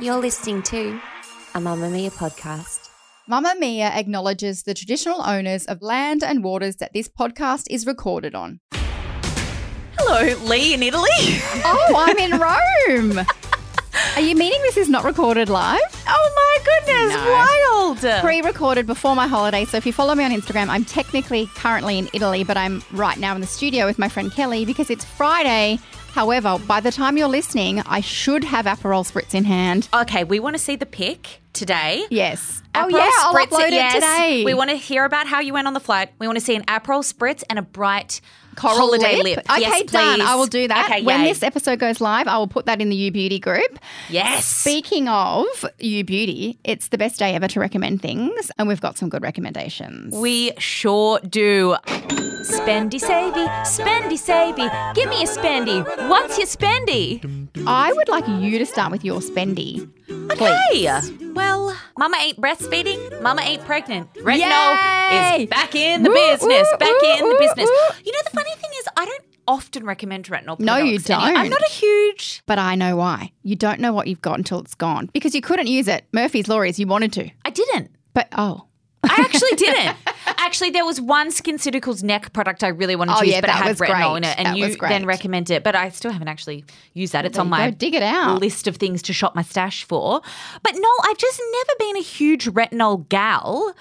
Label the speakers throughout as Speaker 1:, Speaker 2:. Speaker 1: You're listening to a Mamma Mia podcast.
Speaker 2: Mamma Mia acknowledges the traditional owners of land and waters that this podcast is recorded on.
Speaker 3: Hello, Lee in Italy.
Speaker 2: Oh, I'm in Rome. Are you meaning this is not recorded live?
Speaker 3: Oh my goodness, wild.
Speaker 2: Pre recorded before my holiday. So if you follow me on Instagram, I'm technically currently in Italy, but I'm right now in the studio with my friend Kelly because it's Friday. However, by the time you're listening, I should have Aperol Spritz in hand.
Speaker 3: okay, we want to see the pic today.
Speaker 2: Yes.
Speaker 3: Aperol
Speaker 2: oh, yeah, I'll
Speaker 3: spritz
Speaker 2: upload it,
Speaker 3: yes.
Speaker 2: today.
Speaker 3: We want to hear about how you went on the flight. We want to see an Aperol spritz and a bright
Speaker 2: Coral
Speaker 3: holiday lip.
Speaker 2: Okay,
Speaker 3: yes,
Speaker 2: done.
Speaker 3: please.
Speaker 2: I will do that.
Speaker 3: Okay,
Speaker 2: when
Speaker 3: yay.
Speaker 2: this episode goes live, I will put that in the You Beauty group.
Speaker 3: Yes.
Speaker 2: Speaking of You Beauty, it's the best day ever to recommend things, and we've got some good recommendations.
Speaker 3: we sure do. Spendy savey, spendy savey. Give me a spendy. What's your spendy?
Speaker 2: I would like you to start with your spendy.
Speaker 3: Okay. Well, mama ain't breastfeeding. Mama ain't pregnant. Retinol
Speaker 2: Yay!
Speaker 3: is back in the
Speaker 2: Woo,
Speaker 3: business.
Speaker 2: woo,
Speaker 3: back
Speaker 2: woo,
Speaker 3: in the
Speaker 2: woo,
Speaker 3: business.
Speaker 2: woo.
Speaker 3: You know, the funny thing is, I don't often recommend retinol.
Speaker 2: No, you
Speaker 3: products anymore. I'm
Speaker 2: don't.
Speaker 3: not a huge.
Speaker 2: But I know why. You don't know what you've got until it's gone because you couldn't use it. Murphy's Law is you wanted to.
Speaker 3: I didn't.
Speaker 2: But oh,
Speaker 3: I actually didn't. Actually, there was one SkinCeuticals neck product I really wanted
Speaker 2: Oh,
Speaker 3: to use,
Speaker 2: yeah,
Speaker 3: but it
Speaker 2: that
Speaker 3: had
Speaker 2: was
Speaker 3: retinol
Speaker 2: great.
Speaker 3: in it, and
Speaker 2: That
Speaker 3: you
Speaker 2: was great.
Speaker 3: then recommended it. But I still haven't actually used that. It's on
Speaker 2: you
Speaker 3: my
Speaker 2: go. Dig it out.
Speaker 3: list of things to shop my stash for. But no, I've just never been a huge retinol gal.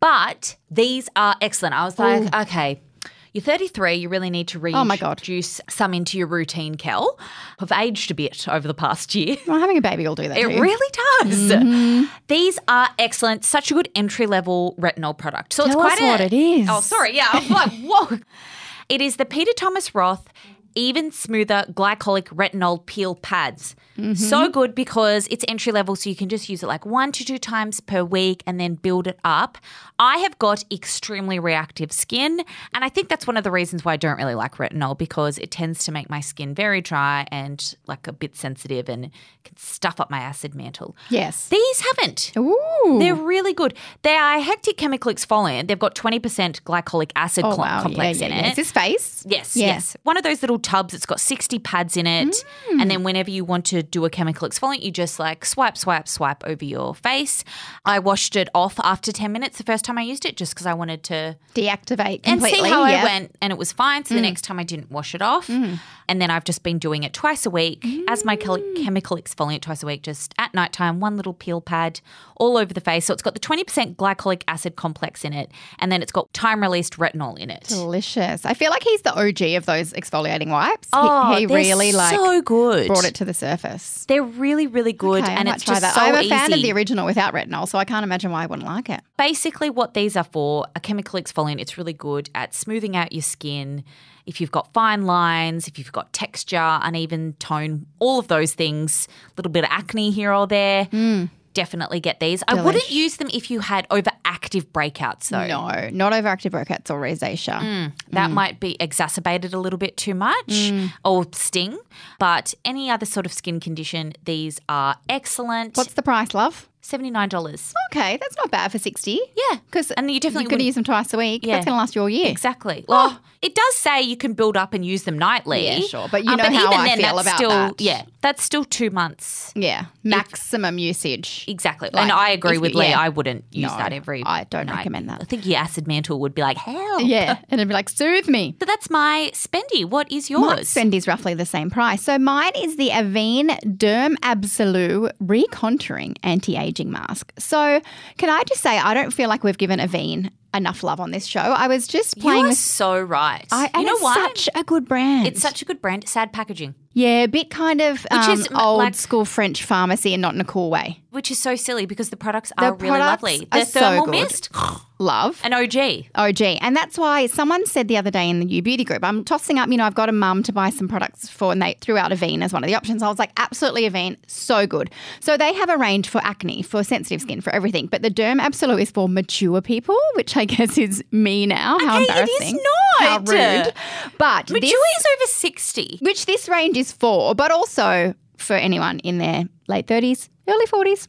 Speaker 3: But these are excellent. I was like, okay. You're 33, you really need to
Speaker 2: Oh my
Speaker 3: reintroduce
Speaker 2: God.
Speaker 3: some into your routine, Kel. I've aged a bit over the past year.
Speaker 2: well, having a baby will do that. Mm-hmm.
Speaker 3: It
Speaker 2: to you.
Speaker 3: really does. These are excellent. Such a good entry level retinol product. So
Speaker 2: Tell
Speaker 3: it's quite
Speaker 2: us what
Speaker 3: a-
Speaker 2: it is.
Speaker 3: Oh, sorry. Yeah, I'm like whoa. It is the Peter Thomas Roth even smoother glycolic retinol peel pads. So good because it's entry level, so you can just use it like one to two times per week and then build it up. I have got extremely reactive skin, and I think that's one of the reasons why I don't really like retinol because it tends to make my skin very dry and like a bit sensitive and can stuff up my acid mantle.
Speaker 2: Yes.
Speaker 3: These haven't.
Speaker 2: Ooh.
Speaker 3: They're really good. They are hectic chemical exfoliant. They've got 20% glycolic acid
Speaker 2: oh,
Speaker 3: cl-
Speaker 2: wow.
Speaker 3: complex
Speaker 2: yeah, yeah,
Speaker 3: in
Speaker 2: yeah.
Speaker 3: it.
Speaker 2: Is this face?
Speaker 3: Yes,
Speaker 2: Yeah.
Speaker 3: yes. One of those little tubs, it's got 60 pads in it.
Speaker 2: Mm.
Speaker 3: And then whenever you want to do a chemical exfoliant, you just like swipe, swipe, swipe over your face. I washed it off after 10 minutes the first time I used it just because I wanted to
Speaker 2: Deactivate
Speaker 3: and
Speaker 2: completely.
Speaker 3: see how
Speaker 2: yeah. Mm.
Speaker 3: I went, and it was fine. So the next time I didn't wash it off, and then I've just been doing it twice a week as my chel-
Speaker 2: Mm.
Speaker 3: chemical exfoliant twice a week, just at nighttime, one little peel pad all over the face. So it's got the twenty percent glycolic acid complex in it, and then it's got time released retinol in it.
Speaker 2: Delicious. I feel like he's the OG of those exfoliating wipes. He-
Speaker 3: Oh,
Speaker 2: he
Speaker 3: they're
Speaker 2: really like
Speaker 3: so good.
Speaker 2: brought it to the surface.
Speaker 3: They're really, really good,
Speaker 2: Okay, I
Speaker 3: and
Speaker 2: might
Speaker 3: it's
Speaker 2: try
Speaker 3: just
Speaker 2: that.
Speaker 3: so
Speaker 2: I'm a
Speaker 3: easy.
Speaker 2: fan of the original without retinol, so I can't imagine why I wouldn't like it.
Speaker 3: Basically, what these are for a chemical exfoliant, it's really good at smoothing out your skin. If you've got fine lines, if you've got texture, uneven tone, all of those things, a little bit of acne here or there,
Speaker 2: Mm.
Speaker 3: definitely get these. I wouldn't use them if you had overactive breakouts, though.
Speaker 2: No, Mm. not overactive breakouts or rosacea.
Speaker 3: That might be exacerbated a little bit too much
Speaker 2: Mm.
Speaker 3: or sting. But any other sort of skin condition, these are excellent.
Speaker 2: What's Oh, the price, love?
Speaker 3: $79.
Speaker 2: Okay, that's not bad for 60.
Speaker 3: Yeah.
Speaker 2: Because
Speaker 3: And you definitely
Speaker 2: could
Speaker 3: wouldn't-
Speaker 2: use them twice a week.
Speaker 3: Yeah.
Speaker 2: That's going to last you all year.
Speaker 3: Exactly. Well, it does say you can build up and use them nightly.
Speaker 2: Oh. Yeah, sure. But you
Speaker 3: Uh,
Speaker 2: know how
Speaker 3: even
Speaker 2: I
Speaker 3: then,
Speaker 2: feel
Speaker 3: that's
Speaker 2: about
Speaker 3: still,
Speaker 2: that.
Speaker 3: Yeah, that's still two months.
Speaker 2: Yeah, maximum usage.
Speaker 3: Exactly.
Speaker 2: Like,
Speaker 3: and I agree
Speaker 2: if
Speaker 3: with
Speaker 2: you-
Speaker 3: Lee.
Speaker 2: yeah.
Speaker 3: I wouldn't use
Speaker 2: No,
Speaker 3: that every
Speaker 2: I don't
Speaker 3: night.
Speaker 2: recommend that.
Speaker 3: I think your acid mantle would be like, hell.
Speaker 2: Yeah, and it'd be like, soothe me.
Speaker 3: So that's my spendy. What is yours?
Speaker 2: Mine Spendy's roughly the same price. So mine is the Avene Derm Absolu Recontouring Anti Aging Mask. So can I just say, I don't feel like we've given Avene enough love on this show. I was just
Speaker 3: you
Speaker 2: playing
Speaker 3: are
Speaker 2: with.
Speaker 3: so right.
Speaker 2: I, and
Speaker 3: you know
Speaker 2: it's
Speaker 3: why?
Speaker 2: such a good brand.
Speaker 3: it's such a good brand. Sad packaging.
Speaker 2: Yeah, a bit kind of
Speaker 3: Which
Speaker 2: um,
Speaker 3: is m-
Speaker 2: old
Speaker 3: like-
Speaker 2: school French pharmacy and not in a cool way.
Speaker 3: which is so silly because the products are really
Speaker 2: products
Speaker 3: lovely.
Speaker 2: are
Speaker 3: The
Speaker 2: so
Speaker 3: thermal
Speaker 2: good.
Speaker 3: mist,
Speaker 2: Love.
Speaker 3: an OG.
Speaker 2: Oh, gee. And that's why someone said the other day in the U Beauty group, I'm tossing up, you know, I've got a mum to buy some products for, and they threw out Avene as one of the options. I was like, absolutely Avene, so good. So they have a range for acne, for sensitive skin, for everything. But the Derm Absolute is for mature people, which I guess is me now. How
Speaker 3: Okay, it is
Speaker 2: embarrassing.
Speaker 3: not.
Speaker 2: How rude. But
Speaker 3: But
Speaker 2: this,
Speaker 3: Julie is over 60.
Speaker 2: which this range is for, but also for anyone in their late 30s, early 40s.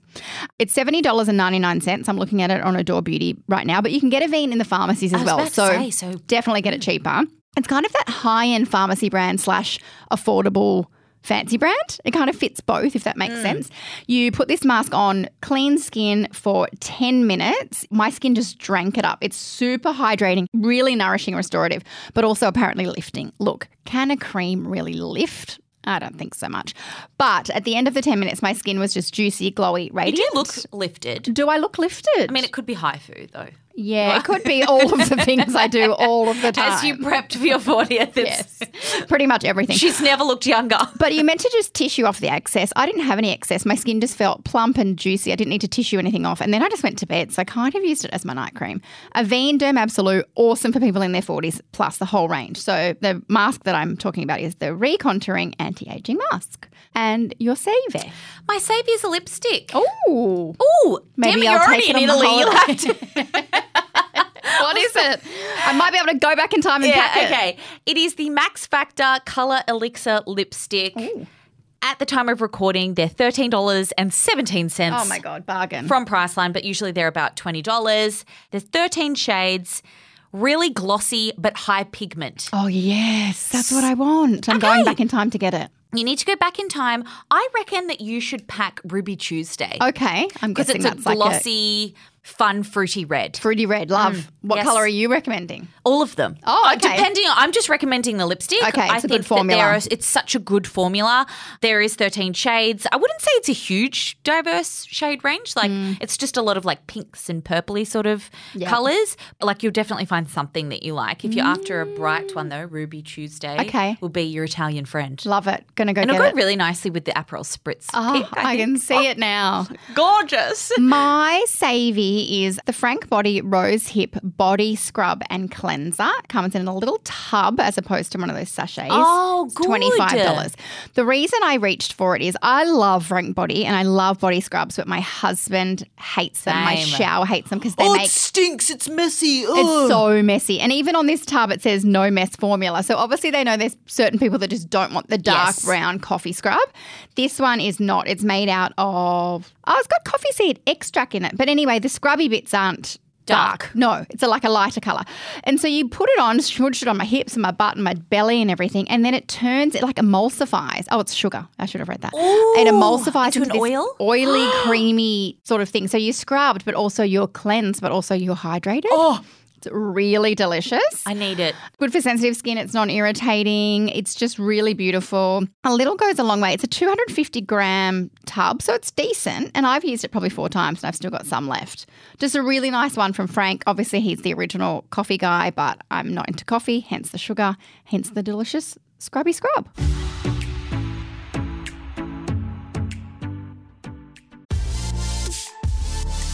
Speaker 2: It's $70.99. I'm looking at it on Adore Beauty right now, but you can get Avene in the pharmacies as
Speaker 3: was
Speaker 2: well.
Speaker 3: about to
Speaker 2: so,
Speaker 3: say, so-
Speaker 2: definitely get it cheaper. It's kind of that high end pharmacy brand slash affordable fancy brand. It kind of fits both, if that makes
Speaker 3: Mm.
Speaker 2: sense. You put this mask on, clean skin for 10 minutes. My skin just drank it up. It's super hydrating, really nourishing, restorative, but also apparently lifting. Look, can a cream really lift? I don't think so much. But at the end of the 10 minutes, my skin was just juicy, glowy,
Speaker 3: You
Speaker 2: radiant.
Speaker 3: do look lifted.
Speaker 2: Do I look lifted?
Speaker 3: I mean, it could be high food, though.
Speaker 2: yeah, it could be all of the things I do all of the time.
Speaker 3: As you prepped for your 40th, it's-
Speaker 2: Pretty much everything.
Speaker 3: she's never looked younger.
Speaker 2: But you meant to just tissue off the excess. I didn't have any excess. My skin just felt plump and juicy. I didn't need to tissue anything off. And then I just went to bed. So I kind of used it as my night cream. Avene Derm Absolute, awesome for people in their 40s, plus the whole range. So the mask that I'm talking about is the recontouring anti aging mask. And your saver.
Speaker 3: My saviour's a lipstick.
Speaker 2: Oh.
Speaker 3: Oh, damn
Speaker 2: Maybe
Speaker 3: it, you're
Speaker 2: I'll
Speaker 3: already
Speaker 2: take it
Speaker 3: in
Speaker 2: on the
Speaker 3: Italy. You'll have to.
Speaker 2: What is it? I might be able to go back in time and
Speaker 3: Yeah,
Speaker 2: pack it.
Speaker 3: okay. It is the Max Factor Color Elixir Lipstick. At the time of recording, they're $13.17.
Speaker 2: Oh my God, bargain.
Speaker 3: From Priceline, but usually they're about $20. There's 13 shades, really glossy but high pigment.
Speaker 2: oh, yes. That's what I want. I'm going back in time to get it.
Speaker 3: You need to go back in time. I reckon that you should pack Ruby Tuesday.
Speaker 2: Okay. I'm
Speaker 3: Because
Speaker 2: guessing
Speaker 3: it's a
Speaker 2: that's like a
Speaker 3: glossy, fun, fruity red.
Speaker 2: Fruity red, love. what
Speaker 3: Mm. yes.
Speaker 2: color are you recommending?
Speaker 3: All of them.
Speaker 2: Oh,
Speaker 3: Uh,
Speaker 2: okay.
Speaker 3: Depending on, I'm just recommending the lipstick.
Speaker 2: Okay,
Speaker 3: I
Speaker 2: it's a
Speaker 3: think
Speaker 2: good formula.
Speaker 3: That there are, it's such a good formula. There is 13 shades. I wouldn't say it's a huge diverse shade range. Like
Speaker 2: Mm.
Speaker 3: it's just a lot of like pinks and purpley sort of colors. Like you'll definitely find something that you like. If you're after a bright one though, Ruby Tuesday
Speaker 2: Mm. Okay.
Speaker 3: will be your Italian friend.
Speaker 2: Love it. Gonna go
Speaker 3: And
Speaker 2: get
Speaker 3: it'll go
Speaker 2: it.
Speaker 3: really nicely with the Aperol Spritz.
Speaker 2: Oh,
Speaker 3: pink,
Speaker 2: I,
Speaker 3: think.
Speaker 2: can Mm. see it now.
Speaker 3: Gorgeous.
Speaker 2: My savey is the Frank Body Rose Hip Body Scrub and Cleanser. It comes in a little tub as opposed to one of those sachets.
Speaker 3: Oh,
Speaker 2: It's
Speaker 3: good.
Speaker 2: $25. The reason I reached for it is I love Frank Body and I love body scrubs, but my husband hates them. My
Speaker 3: Same.
Speaker 2: shower hates them because they make
Speaker 3: Oh, stinks. It's messy.
Speaker 2: It's so messy. And even on this tub, it says no mess formula. So obviously, they know there's certain people that just don't want the dark
Speaker 3: Yes.
Speaker 2: brown coffee scrub. This one is not. It's made out of, oh, it's got coffee seed extract in it. But anyway, the scrubby bits aren't. Dark. No, it's a, like a lighter color. And so you put it on, smudged it on my hips and my butt and my belly and everything. And then it turns, it like emulsifies. Oh, it's sugar. I should have read that. it emulsifies
Speaker 3: into an
Speaker 2: this
Speaker 3: oil?
Speaker 2: oily, creamy sort of thing. So you're scrubbed, but also you're cleansed, but also you're hydrated. It's really delicious.
Speaker 3: I need it.
Speaker 2: Good for sensitive skin. It's non irritating. It's just really beautiful. A little goes a long way. It's a 250 gram tub, so it's decent. And I've used it probably four times and I've still got some left. Just a really nice one from Frank. Obviously, he's the original coffee guy, but I'm not into coffee, hence the sugar, hence the delicious scrubby scrub.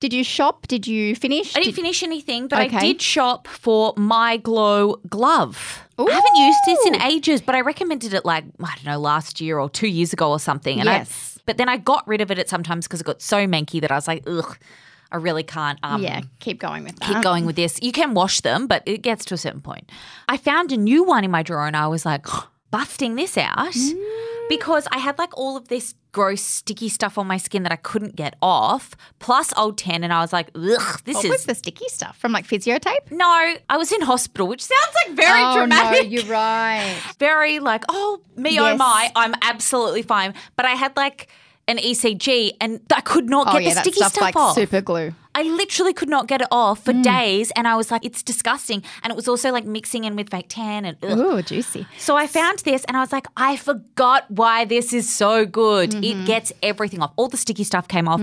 Speaker 2: Did you shop? Did you finish?
Speaker 3: I didn't
Speaker 2: Did-
Speaker 3: finish anything, but I
Speaker 2: Okay.
Speaker 3: did shop for My Glow glove. I haven't used this in ages, but I recommended it like I don't know last year or two years ago or something. And I-
Speaker 2: Yes.
Speaker 3: but then I got rid of it at sometimes because it got so manky that I was like, ugh, I really can't. Um,
Speaker 2: Yeah, keep going with that.
Speaker 3: Keep going with this. You can wash them, but it gets
Speaker 2: Mm.
Speaker 3: to a certain point. I found a new one in my drawer and I was like, busting this out. because I had like all of this gross sticky stuff on my skin that I couldn't get off, plus old tan, and I was like, ugh, this
Speaker 2: What's
Speaker 3: is
Speaker 2: the sticky stuff from like physio tape?
Speaker 3: no. I was in hospital, which sounds like very
Speaker 2: oh
Speaker 3: dramatic,
Speaker 2: no, you're right.
Speaker 3: very like, oh me, oh
Speaker 2: Yes.
Speaker 3: my, I'm absolutely fine. But I had like an ECG, and I could not
Speaker 2: Oh
Speaker 3: get
Speaker 2: yeah,
Speaker 3: the
Speaker 2: that
Speaker 3: sticky
Speaker 2: stuff's
Speaker 3: stuff
Speaker 2: like
Speaker 3: off.
Speaker 2: super Mm. glue.
Speaker 3: I literally could not get it off for days, and I was like, it's disgusting. And it was also like mixing in with fake tan and. Ugh.
Speaker 2: Ooh, juicy.
Speaker 3: So I found this and I was like, I forgot why this is so good.
Speaker 2: Mm-hmm.
Speaker 3: It gets everything off. All the sticky stuff came off,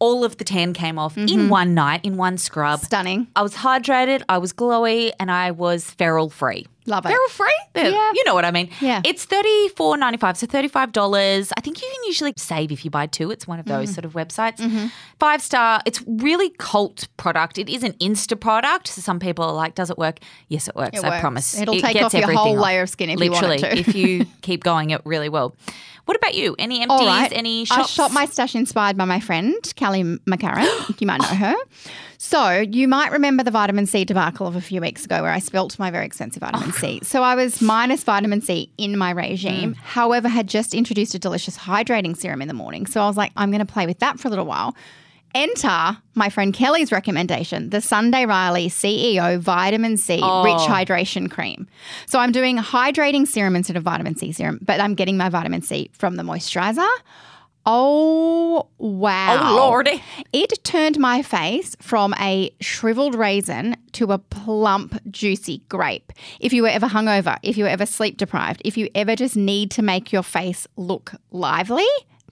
Speaker 3: all of the tan came off
Speaker 2: Mm-hmm.
Speaker 3: in one night, in one scrub.
Speaker 2: Stunning.
Speaker 3: I was hydrated, I was glowy, and I was feral free.
Speaker 2: Love it.
Speaker 3: Feral free?
Speaker 2: Yeah.
Speaker 3: You know what I mean.
Speaker 2: Yeah.
Speaker 3: It's thirty four ninety five, so thirty five dollars. I think you can usually save if you buy two. It's one of
Speaker 2: Mm-hmm.
Speaker 3: those sort of websites. Five star. It's really cult product. It is an Insta product. So some people are like, does it work? Yes, it works.
Speaker 2: It
Speaker 3: I
Speaker 2: works.
Speaker 3: promise.
Speaker 2: It'll
Speaker 3: It
Speaker 2: take
Speaker 3: gets
Speaker 2: off your
Speaker 3: everything
Speaker 2: whole
Speaker 3: off.
Speaker 2: layer of skin if you want it
Speaker 3: Literally,
Speaker 2: to.
Speaker 3: if you keep going, it really will. What about you? Any empties?
Speaker 2: All right.
Speaker 3: Any
Speaker 2: I
Speaker 3: shops?
Speaker 2: shot my stash inspired by my friend, Callie McCarran. you might know her. So you might remember the vitamin C debacle of a few weeks ago where I spilt my very expensive vitamin C. So I was minus vitamin C in my regime. However, had just introduced a delicious hydrating serum in the morning. So I was like, I'm going to play with that for a little while. Enter my friend Kelly's recommendation, the Sunday Riley CEO Vitamin C Rich Hydration Cream. So I'm doing hydrating serum instead of vitamin C serum, but I'm getting my vitamin C from the moisturizer. Oh, wow.
Speaker 3: Oh, lordy.
Speaker 2: It turned my face from a shriveled raisin to a plump, juicy grape. If you were ever hungover, if you were ever sleep deprived, if you ever just need to make your face look lively,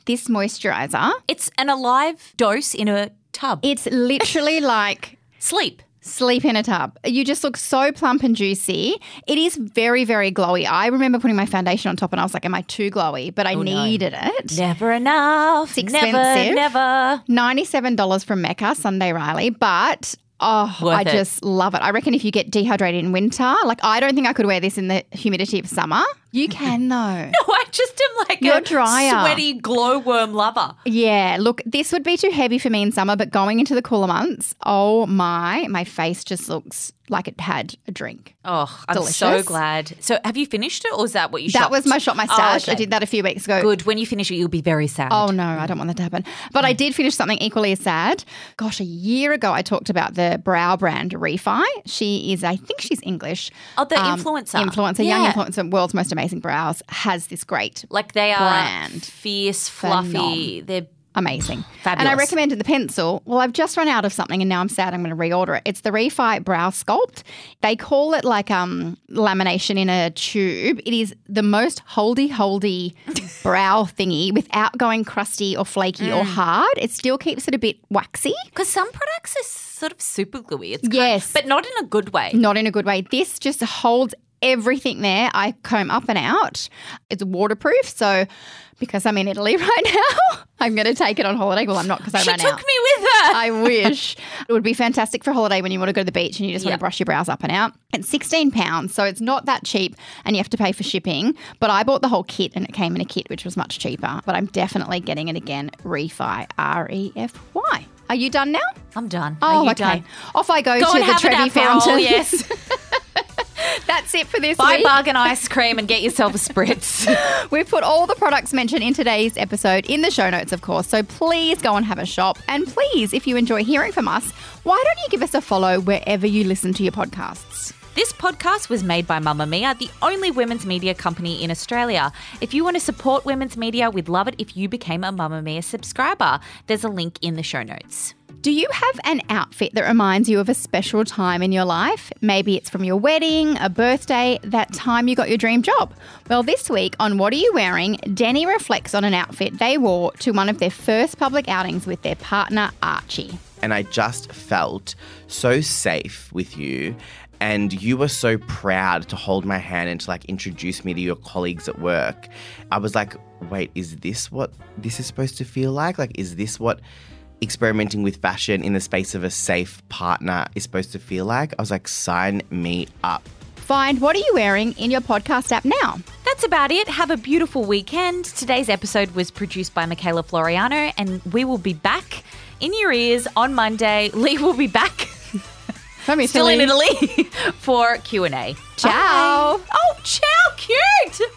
Speaker 2: this moisturizer,
Speaker 3: It's an alive dose in a tub.
Speaker 2: it's literally like
Speaker 3: Sleep.
Speaker 2: sleep in a tub. You just look so plump and juicy. It is very, very glowy. I remember putting my foundation on top and I was like, am I too glowy? But I
Speaker 3: Oh,
Speaker 2: needed it.
Speaker 3: Never enough. It's
Speaker 2: expensive.
Speaker 3: Never, never.
Speaker 2: $97 from Mecca, Sunday Riley, but oh,
Speaker 3: Worth
Speaker 2: I
Speaker 3: it.
Speaker 2: just love it. I reckon if you get dehydrated in winter, like I don't think I could wear this in the humidity of summer. You can though.
Speaker 3: I just am like
Speaker 2: You're
Speaker 3: a
Speaker 2: drier.
Speaker 3: sweaty glowworm lover.
Speaker 2: Yeah, look, this would be too heavy for me in summer, but going into the cooler months, oh my, my face just looks like it had a drink.
Speaker 3: Oh, I'm so
Speaker 2: Delicious.
Speaker 3: glad. So, have you finished it, or is that what you?
Speaker 2: That
Speaker 3: shopped?
Speaker 2: was my shot, Oh, my stash.
Speaker 3: okay.
Speaker 2: I did that a few weeks ago.
Speaker 3: Good. When you finish it, you'll be very sad.
Speaker 2: Oh no, I don't want that to happen. But I did finish something equally as sad. Gosh, a year ago I talked about the brow brand Refi. She is, I think she's English.
Speaker 3: Oh, the influencer.
Speaker 2: Um, Influencer, young
Speaker 3: Yeah.
Speaker 2: influencer, world's most amazing brows, has this great
Speaker 3: like they are
Speaker 2: Brand.
Speaker 3: fierce, fluffy. They're
Speaker 2: amazing. And I
Speaker 3: Fabulous.
Speaker 2: recommended the pencil. Well, I've just run out of something and now I'm sad I'm going to reorder it. It's the Refi Brow Sculpt. They call it like um lamination in a tube. It is the most holdy holdy brow thingy without going crusty or flaky or
Speaker 3: Mm.
Speaker 2: hard. It still keeps it a bit waxy.
Speaker 3: because some products are sort of super gluey. It's
Speaker 2: Yes.
Speaker 3: but not in a good way.
Speaker 2: Not in a good way. This just holds everything there. I comb up and out. It's waterproof. So because I'm in Italy right now, I'm going to take it on holiday. Well, I'm not because I
Speaker 3: she
Speaker 2: ran
Speaker 3: took
Speaker 2: out.
Speaker 3: me with her.
Speaker 2: I wish. It would be fantastic for holiday when you want to go to the beach and you just want
Speaker 3: Yep.
Speaker 2: to brush your brows up and out. It's £16, pounds, so it's not that cheap and you have to pay for shipping. But I bought the whole kit and it came in a kit, which was much cheaper. But I'm definitely getting it again. Refi, R E F Y. Are you done now?
Speaker 3: I'm done.
Speaker 2: Oh,
Speaker 3: Are you
Speaker 2: okay.
Speaker 3: done?
Speaker 2: Off I go,
Speaker 3: Go
Speaker 2: to
Speaker 3: and
Speaker 2: the
Speaker 3: have
Speaker 2: Trevi
Speaker 3: an Aperol,
Speaker 2: Fountain.
Speaker 3: Yes.
Speaker 2: That's it for this
Speaker 3: Buy
Speaker 2: week.
Speaker 3: bargain ice cream and get yourself a spritz.
Speaker 2: We've put all the products mentioned in today's episode in the show notes, of course. So please go and have a shop. And please, if you enjoy hearing from us, why don't you give us a follow wherever you listen to your podcasts?
Speaker 3: This podcast was made by Mamma Mia, the only women's media company in Australia. If you want to support women's media, we'd love it if you became a Mamma Mia subscriber. There's a link in the show notes.
Speaker 2: Do you have an outfit that reminds you of a special time in your life? Maybe it's from your wedding, a birthday, that time you got your dream job. Well, this week on What Are You Wearing, Denny reflects on an outfit they wore to one of their first public outings with their partner, Archie.
Speaker 4: and I just felt so safe with you. And you were so proud to hold my hand and to like introduce me to your colleagues at work. I was like, wait, is this what this is supposed to feel like? Like, is this what experimenting with fashion in the space of a safe partner is supposed to feel like? I was like, sign me up.
Speaker 2: Find What Are You Wearing in your podcast app now.
Speaker 3: That's about it. Have a beautiful weekend. Today's episode was produced by Michaela Floriano, and we will be back in your ears on Monday. Lee will be back,
Speaker 2: From
Speaker 3: still in
Speaker 2: Italy.
Speaker 3: Italy, for Q and A.
Speaker 2: Ciao.
Speaker 3: Oh, ciao, cute.